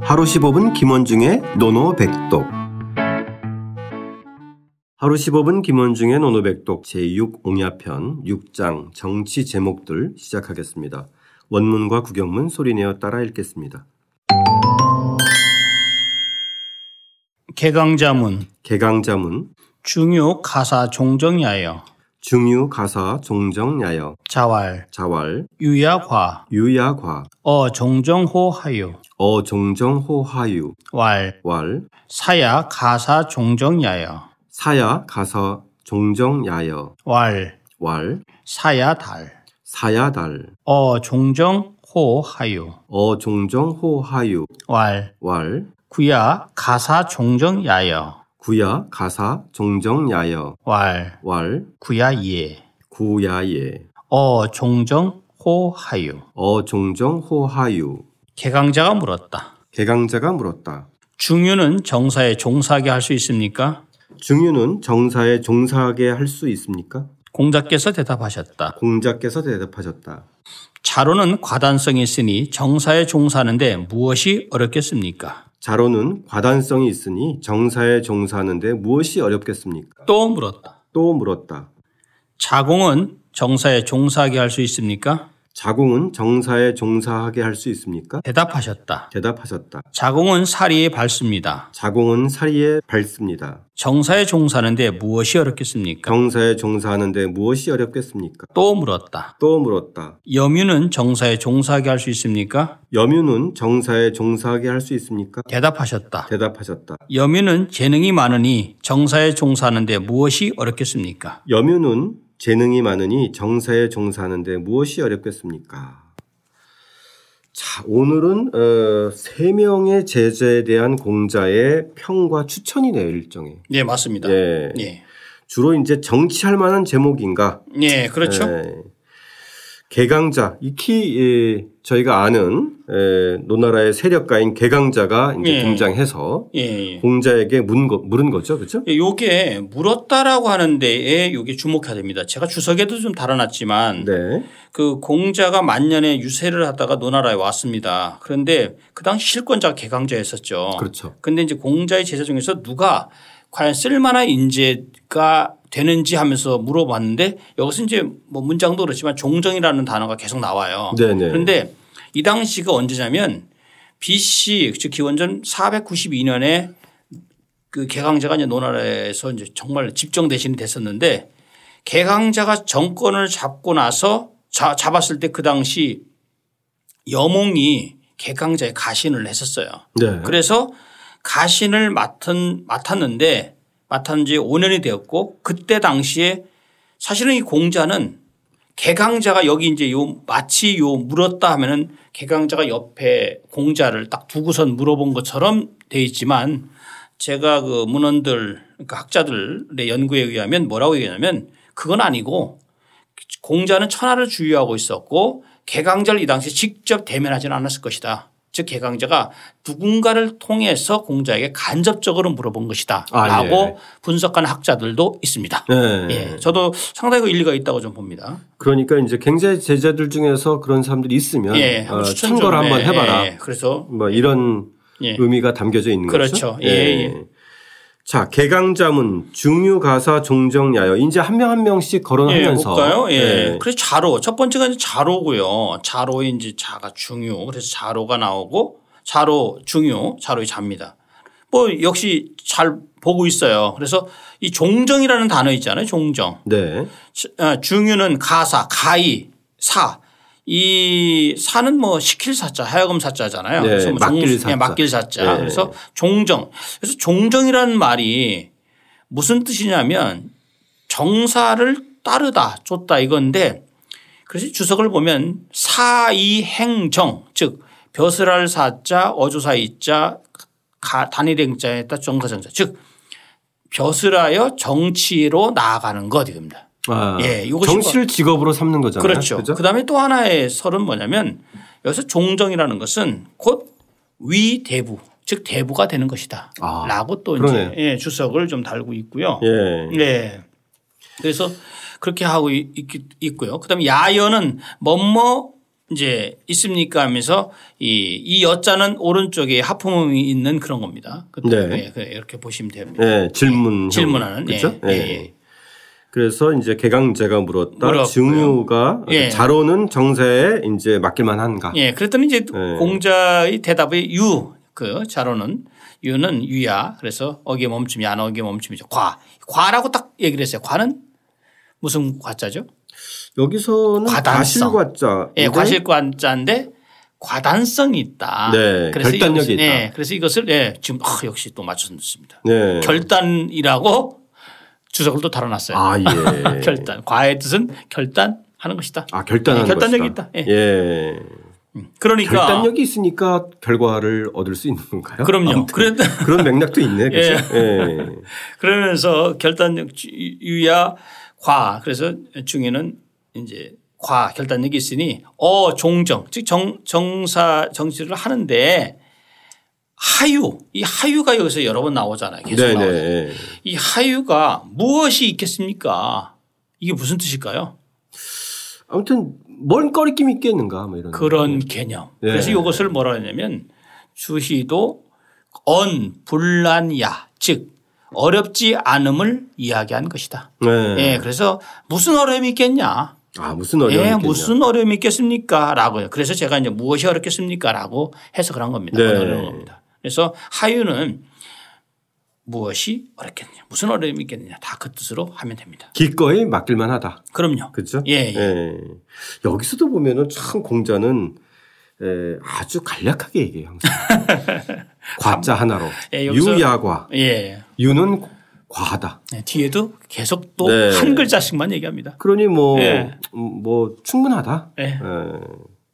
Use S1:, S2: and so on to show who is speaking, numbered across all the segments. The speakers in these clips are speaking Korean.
S1: 하루 15분 김원중의 노노백독 하루 15분 김원중의 노노백독 제6옹야편 6장 정치 제목들 시작하겠습니다. 원문과 구경문 소리내어 따라 읽겠습니다.
S2: 개강자문
S1: 개강자문
S2: 중요 가사 종정야여
S1: 중유 가사 종정야여
S2: 자왈
S1: 자왈
S2: 유야과
S1: 유야과 어
S2: 어 종정호하유
S1: 어종정호하유
S2: 왈
S1: 왈
S2: 사야 가사 종정야여
S1: 사야 가사 종정야여
S2: 왈
S1: 왈
S2: 사야달
S1: 사야달 어
S2: 어 종정호하유
S1: 어종정호하유
S2: 왈
S1: 왈
S2: 구야 가사 종정야여
S1: 구야 가사 종정야여
S2: 왈
S1: 왈
S2: 구야예
S1: 구야예
S2: 어 종정호하유
S1: 어, 어종정호하유
S2: 개강자가 물었다.
S1: 개강자가 물었다.
S2: 중유는 정사에 종사하게 할 수 있습니까?
S1: 중유는 정사에 종사하게 할 수 있습니까?
S2: 공자께서 대답하셨다.
S1: 공자께서 대답하셨다.
S2: 자로는 과단성이 있으니 정사에 종사하는데 무엇이 어렵겠습니까?
S1: 자로는 과단성이 있으니 정사에 종사하는데 무엇이 어렵겠습니까?
S2: 또 물었다.
S1: 또 물었다.
S2: 자공은 정사에 종사하게 할 수 있습니까?
S1: 자공은 정사에 종사하게 할 수 있습니까?
S2: 대답하셨다.
S1: 대답하셨다.
S2: 자공은 사리에 밟습니다.
S1: 자공은 사리에 밟습니다.
S2: 정사에 종사하는데 무엇이 어렵겠습니까?
S1: 정사에 종사하는데 무엇이 어렵겠습니까?
S2: 또 물었다.
S1: 또 물었다.
S2: 여유는 정사에 종사하게 할 수 있습니까?
S1: 여유는 정사에 종사하게 할 수 있습니까?
S2: 대답하셨다.
S1: 대답하셨다.
S2: 여유는 재능이 많으니 정사에 종사하는데 무엇이 어렵겠습니까?
S1: 여유는 재능이 많으니 정사에 종사하는데 무엇이 어렵겠습니까? 자, 오늘은 어, 세 명의 제자에 대한 공자의 평과 추천이네요, 일종의.
S2: 네, 맞습니다.
S1: 예.
S2: 예.
S1: 주로 이제 정치할 만한 제목인가?
S2: 예, 그렇죠.
S1: 예. 개강자 익히 예, 저희가 아는 예, 노나라의 세력가인 개강자가 이제
S2: 예.
S1: 등장해서
S2: 예, 예.
S1: 공자에게 문 거, 물은 거죠, 그렇죠?
S2: 예, 요게 물었다라고 하는 데에 요게 주목해야 됩니다. 제가 주석에도 좀 달아놨지만
S1: 네,
S2: 그 공자가 만년에 유세를 하다가 노나라에 왔습니다. 그런데 그 당시 실권자가 개강자였었죠.
S1: 그렇죠.
S2: 근데 이제 공자의 제자 중에서 누가 과연 쓸만한 인재가 되는지 하면서 물어봤는데 여기서 이제 뭐 문장도 그렇지만 종정이라는 단어가 계속 나와요.
S1: 네, 네.
S2: 그런데 이 당시가 언제냐면 BC 즉 기원전 492년에 그 개강자가 이제 노나라에서 이제 정말 집정 대신이 됐었는데 개강자가 정권을 잡고 나서 자- 잡았을 때 그 당시 여몽이 개강자의 가신을 했었어요.
S1: 네,
S2: 그래서 가신을 맡은 맡았는데 맡은 지 5년이 되었고 그때 당시에 사실은 이 공자는 개강자가 여기 이제 요 마치 요 물었다 하면은 개강자가 옆에 공자를 딱 두고선 물어본 것처럼 돼 있지만 제가 그 문헌들 그러니까 학자들의 연구에 의하면 뭐라고 얘기하냐면 그건 아니고 공자는 천하를 주유하고 있었고 개강자를 이 당시에 직접 대면하지는 않았을 것이다. 즉 개강자가 누군가를 통해서 공자에게 간접적으로 물어본 것이다.
S1: 아, 예.
S2: 라고 분석한 학자들도 있습니다.
S1: 네.
S2: 예, 저도 상당히 그 일리가 있다고 좀 봅니다.
S1: 그러니까 이제 굉장히 제자들 중에서 그런 사람들이 있으면
S2: 예, 한번
S1: 어,
S2: 추천
S1: 참고를
S2: 좀,
S1: 한번
S2: 예,
S1: 해봐라.
S2: 예, 그래서
S1: 뭐 이런
S2: 예.
S1: 의미가 담겨져 있는 거죠.
S2: 그렇죠. 예, 예.
S1: 자, 개강자문 중유 가사 종정야여 이제 한 명 한 명씩
S2: 예,
S1: 거론하면서
S2: 볼까요? 예.
S1: 예.
S2: 그래서 자로 첫 번째가 이제 자로고요. 자로의 이제 자가 중요. 그래서 자로가 나오고 자로 중요, 자로의 자입니다. 뭐 역시 잘 보고 있어요. 그래서 이 종정이라는 단어 있잖아요. 종정.
S1: 네.
S2: 어, 중유는 가사, 가이, 사. 이 사는 뭐 시킬 사자, 하여금 사자잖아요.
S1: 네,
S2: 그래서 뭐
S1: 맡길
S2: 종-
S1: 사자.
S2: 예, 맡길 사자.
S1: 네.
S2: 그래서 종정. 그래서 종정이라는 말이 무슨 뜻이냐면 정사를 따르다, 쫓다 이건데 그래서 주석을 보면 사이행정 즉 벼슬할 사자, 어조사이자 단일행자에 따 정사정자 즉 벼슬하여 정치로 나아가는 것 이겁니다.
S1: 아,
S2: 예, 이것이
S1: 정치를 직업으로 삼는 거잖아요.
S2: 그렇죠.
S1: 그죠?
S2: 그다음에또 하나의 설은 뭐냐면 여기서 종정이라는 것은 곧 위 대부 즉 대부가 되는 것이다.
S1: 아,
S2: 라고 또
S1: 그러네요.
S2: 이제 예, 주석을 좀 달고 있고요.
S1: 예.
S2: 예. 그래서 그렇게 하고 있, 있- 있고요. 그다음에 야연은 뭐뭐 이제 있습니까 하면서 이, 이 여자는 오른쪽에 하품음이 있는 그런 겁니다. 그
S1: 네.
S2: 예, 그 이렇게 보시면 됩니다.
S1: 네, 질문.
S2: 예, 질문하는,
S1: 그렇죠?
S2: 예, 예, 예.
S1: 그래서 이제 개강제가 물었다.
S2: 물었고요.
S1: 증유가
S2: 예.
S1: 자로는 정세에 이제 맡길만 한가?
S2: 예, 그랬더니 이제
S1: 아. 네.
S2: 공자의 대답이 유, 그 자로는 유는 유야. 그래서 어기에 멈춤이 안 어기에 멈춤이죠. 과. 과라고 딱 얘기를 했어요. 과는 무슨 과자죠?
S1: 여기서는
S2: 과단성.
S1: 과실과자.
S2: 예, 과실관자인데 과단성이 있다.
S1: 네, 결단력이
S2: 이것을-
S1: 있다.
S2: 예, 그래서 이것을 예, 지금 아, 역시 또 맞췄습니다.
S1: 네.
S2: 결단이라고 주석을 또 달아놨어요.
S1: 아, 예.
S2: 결단. 과의 뜻은 결단하는 것이다.
S1: 아, 결단하는
S2: 예, 결단력이
S1: 것이다.
S2: 있다.
S1: 예.
S2: 그러니까
S1: 결단력이 있으니까 결과를 얻을 수 있는 건가요?
S2: 그럼요. 그래,
S1: 그런 맥락도 있네. 그렇죠? 예.
S2: 그러면서 결단력 주- 유야 과 그래서 중에는 이제 과 결단력이 있으니 어 종정 즉 정, 정사 정치를 하는데 하유 이 하유가 여기서 여러 번 나오잖아요. 계속
S1: 네,
S2: 나오죠.
S1: 네. 예.
S2: 이 하유가 무엇이 있겠습니까? 이게 무슨 뜻일까요?
S1: 아무튼 뭔 꺼리낌 이 있겠는가 뭐 이런.
S2: 그런 개념.
S1: 네.
S2: 그래서 이것을 뭐라 하냐면 주시도 언 불난야 즉 어렵지 않음을 이야기한 것이다.
S1: 네.
S2: 예, 그래서 무슨 어려움이 있겠냐?
S1: 아 무슨 어려움이
S2: 예,
S1: 있겠냐.
S2: 무슨 어려움이 있겠습니까? 라고요. 그래서 제가 이제 무엇이 어렵겠습니까? 라고 해석을 한 겁니다.
S1: 네.
S2: 어려운 겁니다. 그래서 하유는 무엇이 어렵겠냐? 무슨 어려움이 있겠느냐? 다 그 뜻으로 하면 됩니다.
S1: 기꺼이 맡길만하다.
S2: 그럼요.
S1: 그렇죠?
S2: 예, 예.
S1: 여기서도 보면은 참 공자는 에, 아주 간략하게 얘기해요 항상. 과자 하나로.
S2: 예, 여기서-
S1: 유야과. 네.
S2: 예.
S1: 유는 과하다.
S2: 네, 뒤에도 계속 또
S1: 네.
S2: 한 글자씩만 얘기합니다.
S1: 그러니 뭐,
S2: 예.
S1: 음, 뭐 충분하다.
S2: 예.
S1: 에,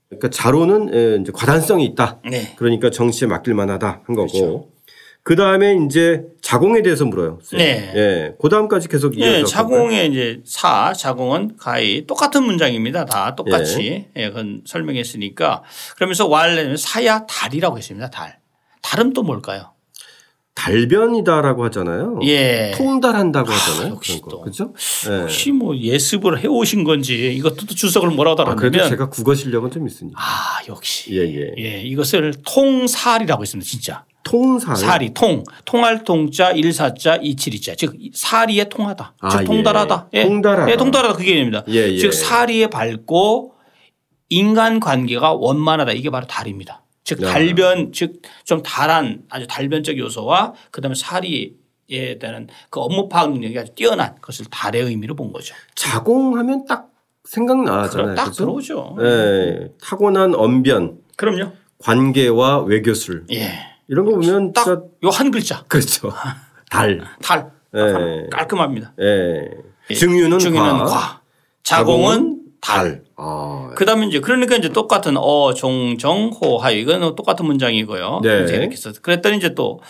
S1: 그러니까 자로는 에, 이제 과단성이 있다.
S2: 네.
S1: 그러니까 정치에 맡길 만하다 한
S2: 그렇죠.
S1: 거고. 그 다음에 이제 자공에 대해서 물어요.
S2: 네.
S1: 예. 그 다음까지 계속 이어서.
S2: 예,
S1: 갈까요?
S2: 자공의 이제 사, 자공은 가히 똑같은 문장입니다. 다 똑같이. 예, 그건 설명했으니까. 그러면서 왈레는 사야 달이라고 했습니다. 달. 달은 또 뭘까요?
S1: 달변이다라고 하잖아요.
S2: 예.
S1: 통달한다고 하잖아요.
S2: 역시
S1: 그런
S2: 또.
S1: 거. 그죠? 예.
S2: 혹시 뭐 예습을 해오신 건지 이것도 또 주석을 뭐라고
S1: 아, 그래도
S2: 달았냐면
S1: 제가 국어 실력은 좀 있으니까.
S2: 아, 역시.
S1: 예, 예.
S2: 예, 이것을 통살이라고 했습니다. 진짜.
S1: 통살.
S2: 사리 통 통할 통자 일사자 이칠이자 즉 사리에 통하다
S1: 아,
S2: 즉
S1: 예.
S2: 통달하다 예.
S1: 통달하다.
S2: 예, 통달하다 그게 됩니다
S1: 예, 예.
S2: 즉 사리에 밝고 인간 관계가 원만하다 이게 바로 달입니다 즉
S1: 야.
S2: 달변 즉 좀 달한 아주 달변적 요소와 그다음에 사리에 대한 그 업무 파악 능력이 아주 뛰어난 그것을 달의 의미로 본 거죠
S1: 자공하면 딱 생각나잖아요. 네, 그렇죠.
S2: 그럼 딱
S1: 그죠?
S2: 들어오죠
S1: 예. 타고난 언변,
S2: 그럼요
S1: 관계와 외교술.
S2: 예딱
S1: 이런 거 보면 진짜
S2: 요 한 글자
S1: 그렇죠. 달.
S2: 달
S1: 예.
S2: 깔끔합니다
S1: 예.
S2: 예.
S1: 증유는,
S2: 중에는 과 자공은 달
S1: 아.
S2: 그다음에 이제 그러니까 이제 똑같은 어, 종, 정, 호, 하유 이건 똑같은 문장이고요.
S1: 네.
S2: 이제 이렇게 해서 그랬더니 이제 또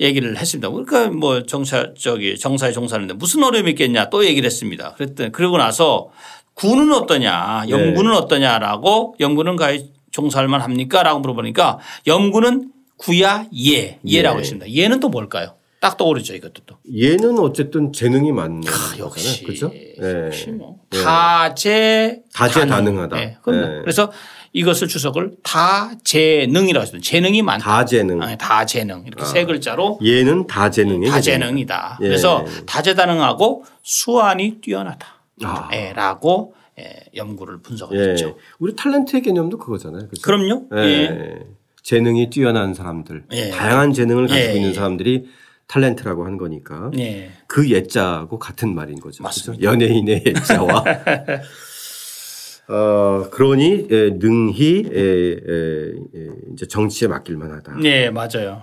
S2: 얘기를 했습니다. 그러니까 뭐 정사 저기 정사에 종사하는데 무슨 어려움이 있겠냐 또 얘기를 했습니다. 그랬더니 그러고 나서 군은 어떠냐,
S1: 네.
S2: 영군은 어떠냐라고 영군은 가히 종사할만 합니까라고 물어보니까 영군은 구야 예 예라고
S1: 예.
S2: 했습니다. 예는 또 뭘까요? 딱 떠오르죠 이것도 또.
S1: 얘는 어쨌든 재능이 많네.
S2: 아, 역시
S1: 음, 그죠? 예.
S2: 역시 뭐 다재
S1: 다재다능하다.
S2: 예, 그럼요.
S1: 예.
S2: 그래서 이것을 주석을 다재능이라고 했습니다. 재능이 많다.
S1: 다재능.
S2: 아니, 다재능 이렇게 세 글자로
S1: 얘는 다재능이
S2: 다재능이다.
S1: 예.
S2: 그래서 다재다능하고 수완이 뛰어나다.
S1: 아.
S2: 예, 라고 예, 연구를 분석을
S1: 예.
S2: 했죠.
S1: 우리 탤런트의 개념도 그거잖아요. 그죠?
S2: 그럼요. 예.
S1: 예. 재능이 뛰어난 사람들,
S2: 예.
S1: 다양한 재능을 가지고
S2: 예.
S1: 있는 사람들이 탤런트라고 하는 거니까
S2: 예.
S1: 그 예자하고 같은 말인 거죠. 그죠?
S2: 맞습니다.
S1: 연예인의 예자와 어, 그러니 예, 능히 예, 예, 예, 이제 정치에 맡길 만하다.
S2: 예, 맞아요.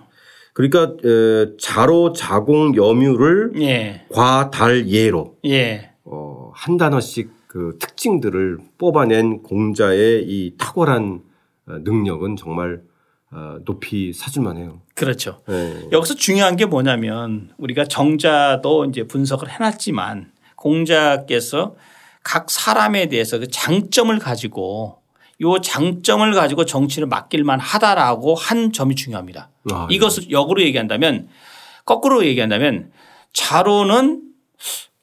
S1: 그러니까 에, 자로 자공 여묘를
S2: 예.
S1: 과달 예로
S2: 예.
S1: 어, 한 단어씩 그 특징들을 뽑아낸 공자의 이 탁월한 어, 능력은 정말 어, 높이 사줄만해요.
S2: 그렇죠.
S1: 예.
S2: 여기서 중요한 게 뭐냐면 우리가 정자도 이제 분석을 해놨지만 공자께서 각 사람에 대해서 그 장점을 가지고 요 장점을 가지고 정치를 맡길만 하다라고 한 점이 중요합니다.
S1: 아, 예.
S2: 이것을 역으로 얘기한다면 거꾸로 얘기한다면 자로는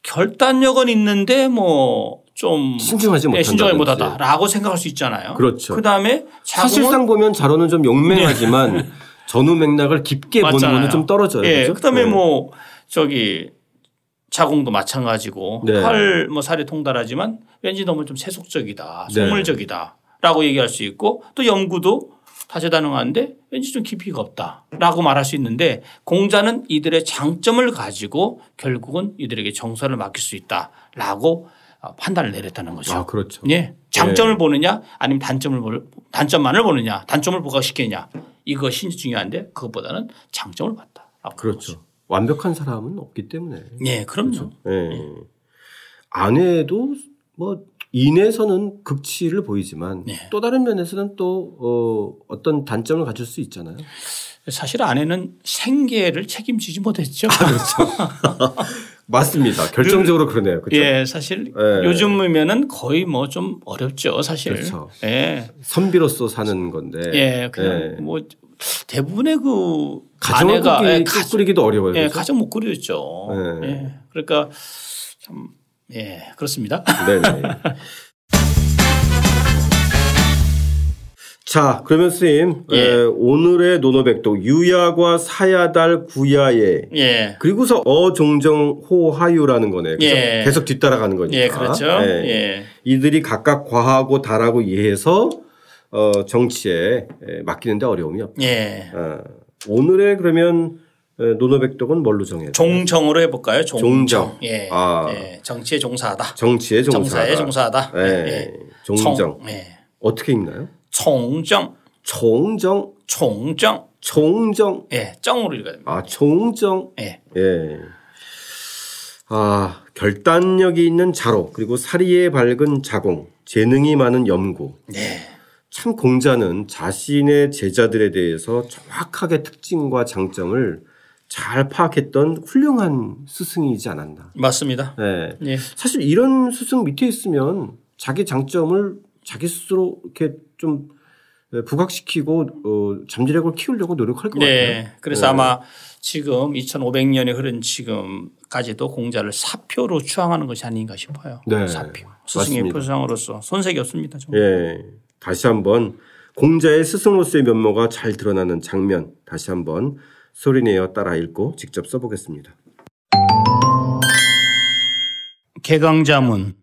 S2: 결단력은 있는데 뭐 좀
S1: 신중하지
S2: 예, 신중하지
S1: 못한다든지.
S2: 못하다라고 생각할 수 있잖아요.
S1: 그렇죠.
S2: 그다음에 자궁을
S1: 사실상 보면 자료는 좀 용맹하지만 전후 맥락을 깊게 보는
S2: 네. 맞잖아요.
S1: 거는 좀 떨어져요.
S2: 예.
S1: 그죠?
S2: 그다음에
S1: 네.
S2: 뭐 저기 자궁도 마찬가지고
S1: 네.
S2: 팔, 뭐 살이 통달하지만 왠지 너무 좀 세속적이다,
S1: 네.
S2: 속물적이다라고 얘기할 수 있고 또 연구도 다재다능한데 왠지 좀 깊이가 없다라고 말할 수 있는데 공자는 이들의 장점을 가지고 결국은 이들에게 정서를 맡길 수 있다라고 어, 판단을 내렸다는 거죠.
S1: 아 그렇죠.
S2: 예. 장점을 보느냐 아니면 단점을 보 단점만을 보느냐 단점을 부각시키느냐 이것이 중요한데 그것보다는 장점을 봤다. 라고
S1: 그렇죠. 완벽한 사람은 없기 때문에.
S2: 보는 거죠. 예, 그럼요.
S1: 예. 안에도 뭐 인에서는 극치를 보이지만
S2: 네.
S1: 또 다른 면에서는 또 어, 어떤 단점을 가질 수 있잖아요.
S2: 사실 아내는 생계를 책임지지 못했죠.
S1: 아, 그렇죠. 맞습니다. 결정적으로 그러네요. 그렇죠.
S2: 예, 사실
S1: 예.
S2: 요즘이면은 거의 뭐 좀 어렵죠, 사실.
S1: 그렇죠.
S2: 예.
S1: 선비로서 사는 건데
S2: 예, 그냥
S1: 예.
S2: 뭐 대부분의 그
S1: 가정을
S2: 아내가
S1: 꾸리,
S2: 예, 가,
S1: 꾸리기도 어려워요.
S2: 예,
S1: 그죠?
S2: 가정 못 꾸렸죠.
S1: 예.
S2: 예. 그러니까 참 예, 그렇습니다.
S1: 네네. 자, 그러면 스님
S2: 예.
S1: 에, 오늘의 노노백독 유야과 사야달 구야예
S2: 예.
S1: 그리고서 어종정호하유라는 거네. 그죠?
S2: 예.
S1: 계속 뒤따라가는 거니까.
S2: 예, 그렇죠.
S1: 예.
S2: 예.
S1: 이들이 각각 과하고 달하고 이해해서 어, 정치에 에, 맡기는데 어려움이 없다.
S2: 예.
S1: 어, 오늘의 그러면 에, 노노백독은 뭘로 정해요?
S2: 종정으로 해볼까요? 종정.
S1: 종정.
S2: 예.
S1: 아.
S2: 예. 정치에 종사하다.
S1: 정치에
S2: 정사에
S1: 종사하다.
S2: 종사하다.
S1: 예.
S2: 예.
S1: 종정.
S2: 청, 예.
S1: 어떻게 읽나요?
S2: 총정.
S1: 종정,
S2: 총정.
S1: 종정.
S2: 예. 정으로 읽어야 됩니다.
S1: 아, 종정.
S2: 예.
S1: 예. 아, 결단력이 있는 자로, 그리고 사리에 밝은 자공, 재능이 많은 염구.
S2: 네.
S1: 참 공자는 자신의 제자들에 대해서 정확하게 특징과 장점을 잘 파악했던 훌륭한 스승이지 않았나.
S2: 맞습니다.
S1: 예.
S2: 예.
S1: 사실 이런 스승 밑에 있으면 자기 장점을 자기 스스로 이렇게 좀 부각시키고 어, 잠재력을 키우려고 노력할 것 같아요.
S2: 네. 그래서 아마 지금 2500년이 흐른 지금까지도 공자를 사표로 추앙하는 것이 아닌가 싶어요.
S1: 네.
S2: 사표. 스승의
S1: 맞습니다.
S2: 표상으로서 손색이 없습니다. 정말.
S1: 예. 다시 한번 공자의 스승으로서의 면모가 잘 드러나는 장면 다시 한번 소리내어 따라 읽고 직접 써보겠습니다.
S2: 개강자문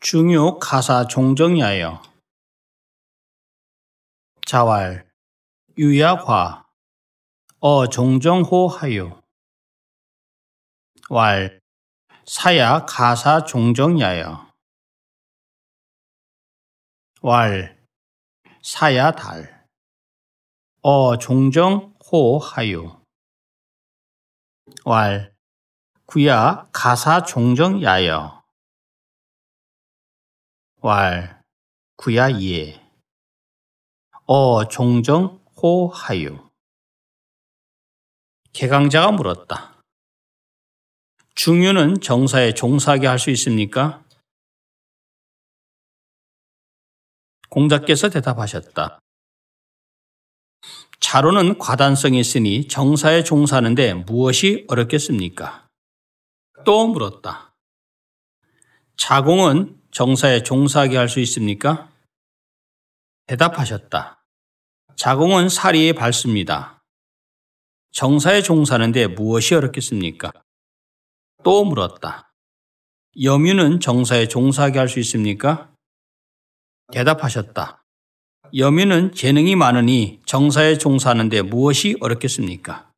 S2: 중요 가사 종정이하여 자왈 유야화 어 종정호하요 왈 사야 가사 종정이하여 왈 사야 달어 어 종정호하요 왈 구야 가사 종정 야여 왈 구야 예. 어 종정 호하유 개강자가 물었다. 중유는 정사에 종사하게 할 수 있습니까? 공자께서 대답하셨다. 자로는 과단성이 있으니 정사에 종사하는데 무엇이 어렵겠습니까? 또 물었다. 자공은 정사에 종사하게 할 수 있습니까? 대답하셨다. 자공은 사리에 밟습니다. 정사에 종사하는데 무엇이 어렵겠습니까? 또 물었다. 여유는 정사에 종사하게 할 수 있습니까? 대답하셨다. 여민은 재능이 많으니 정사에 종사하는데 무엇이 어렵겠습니까?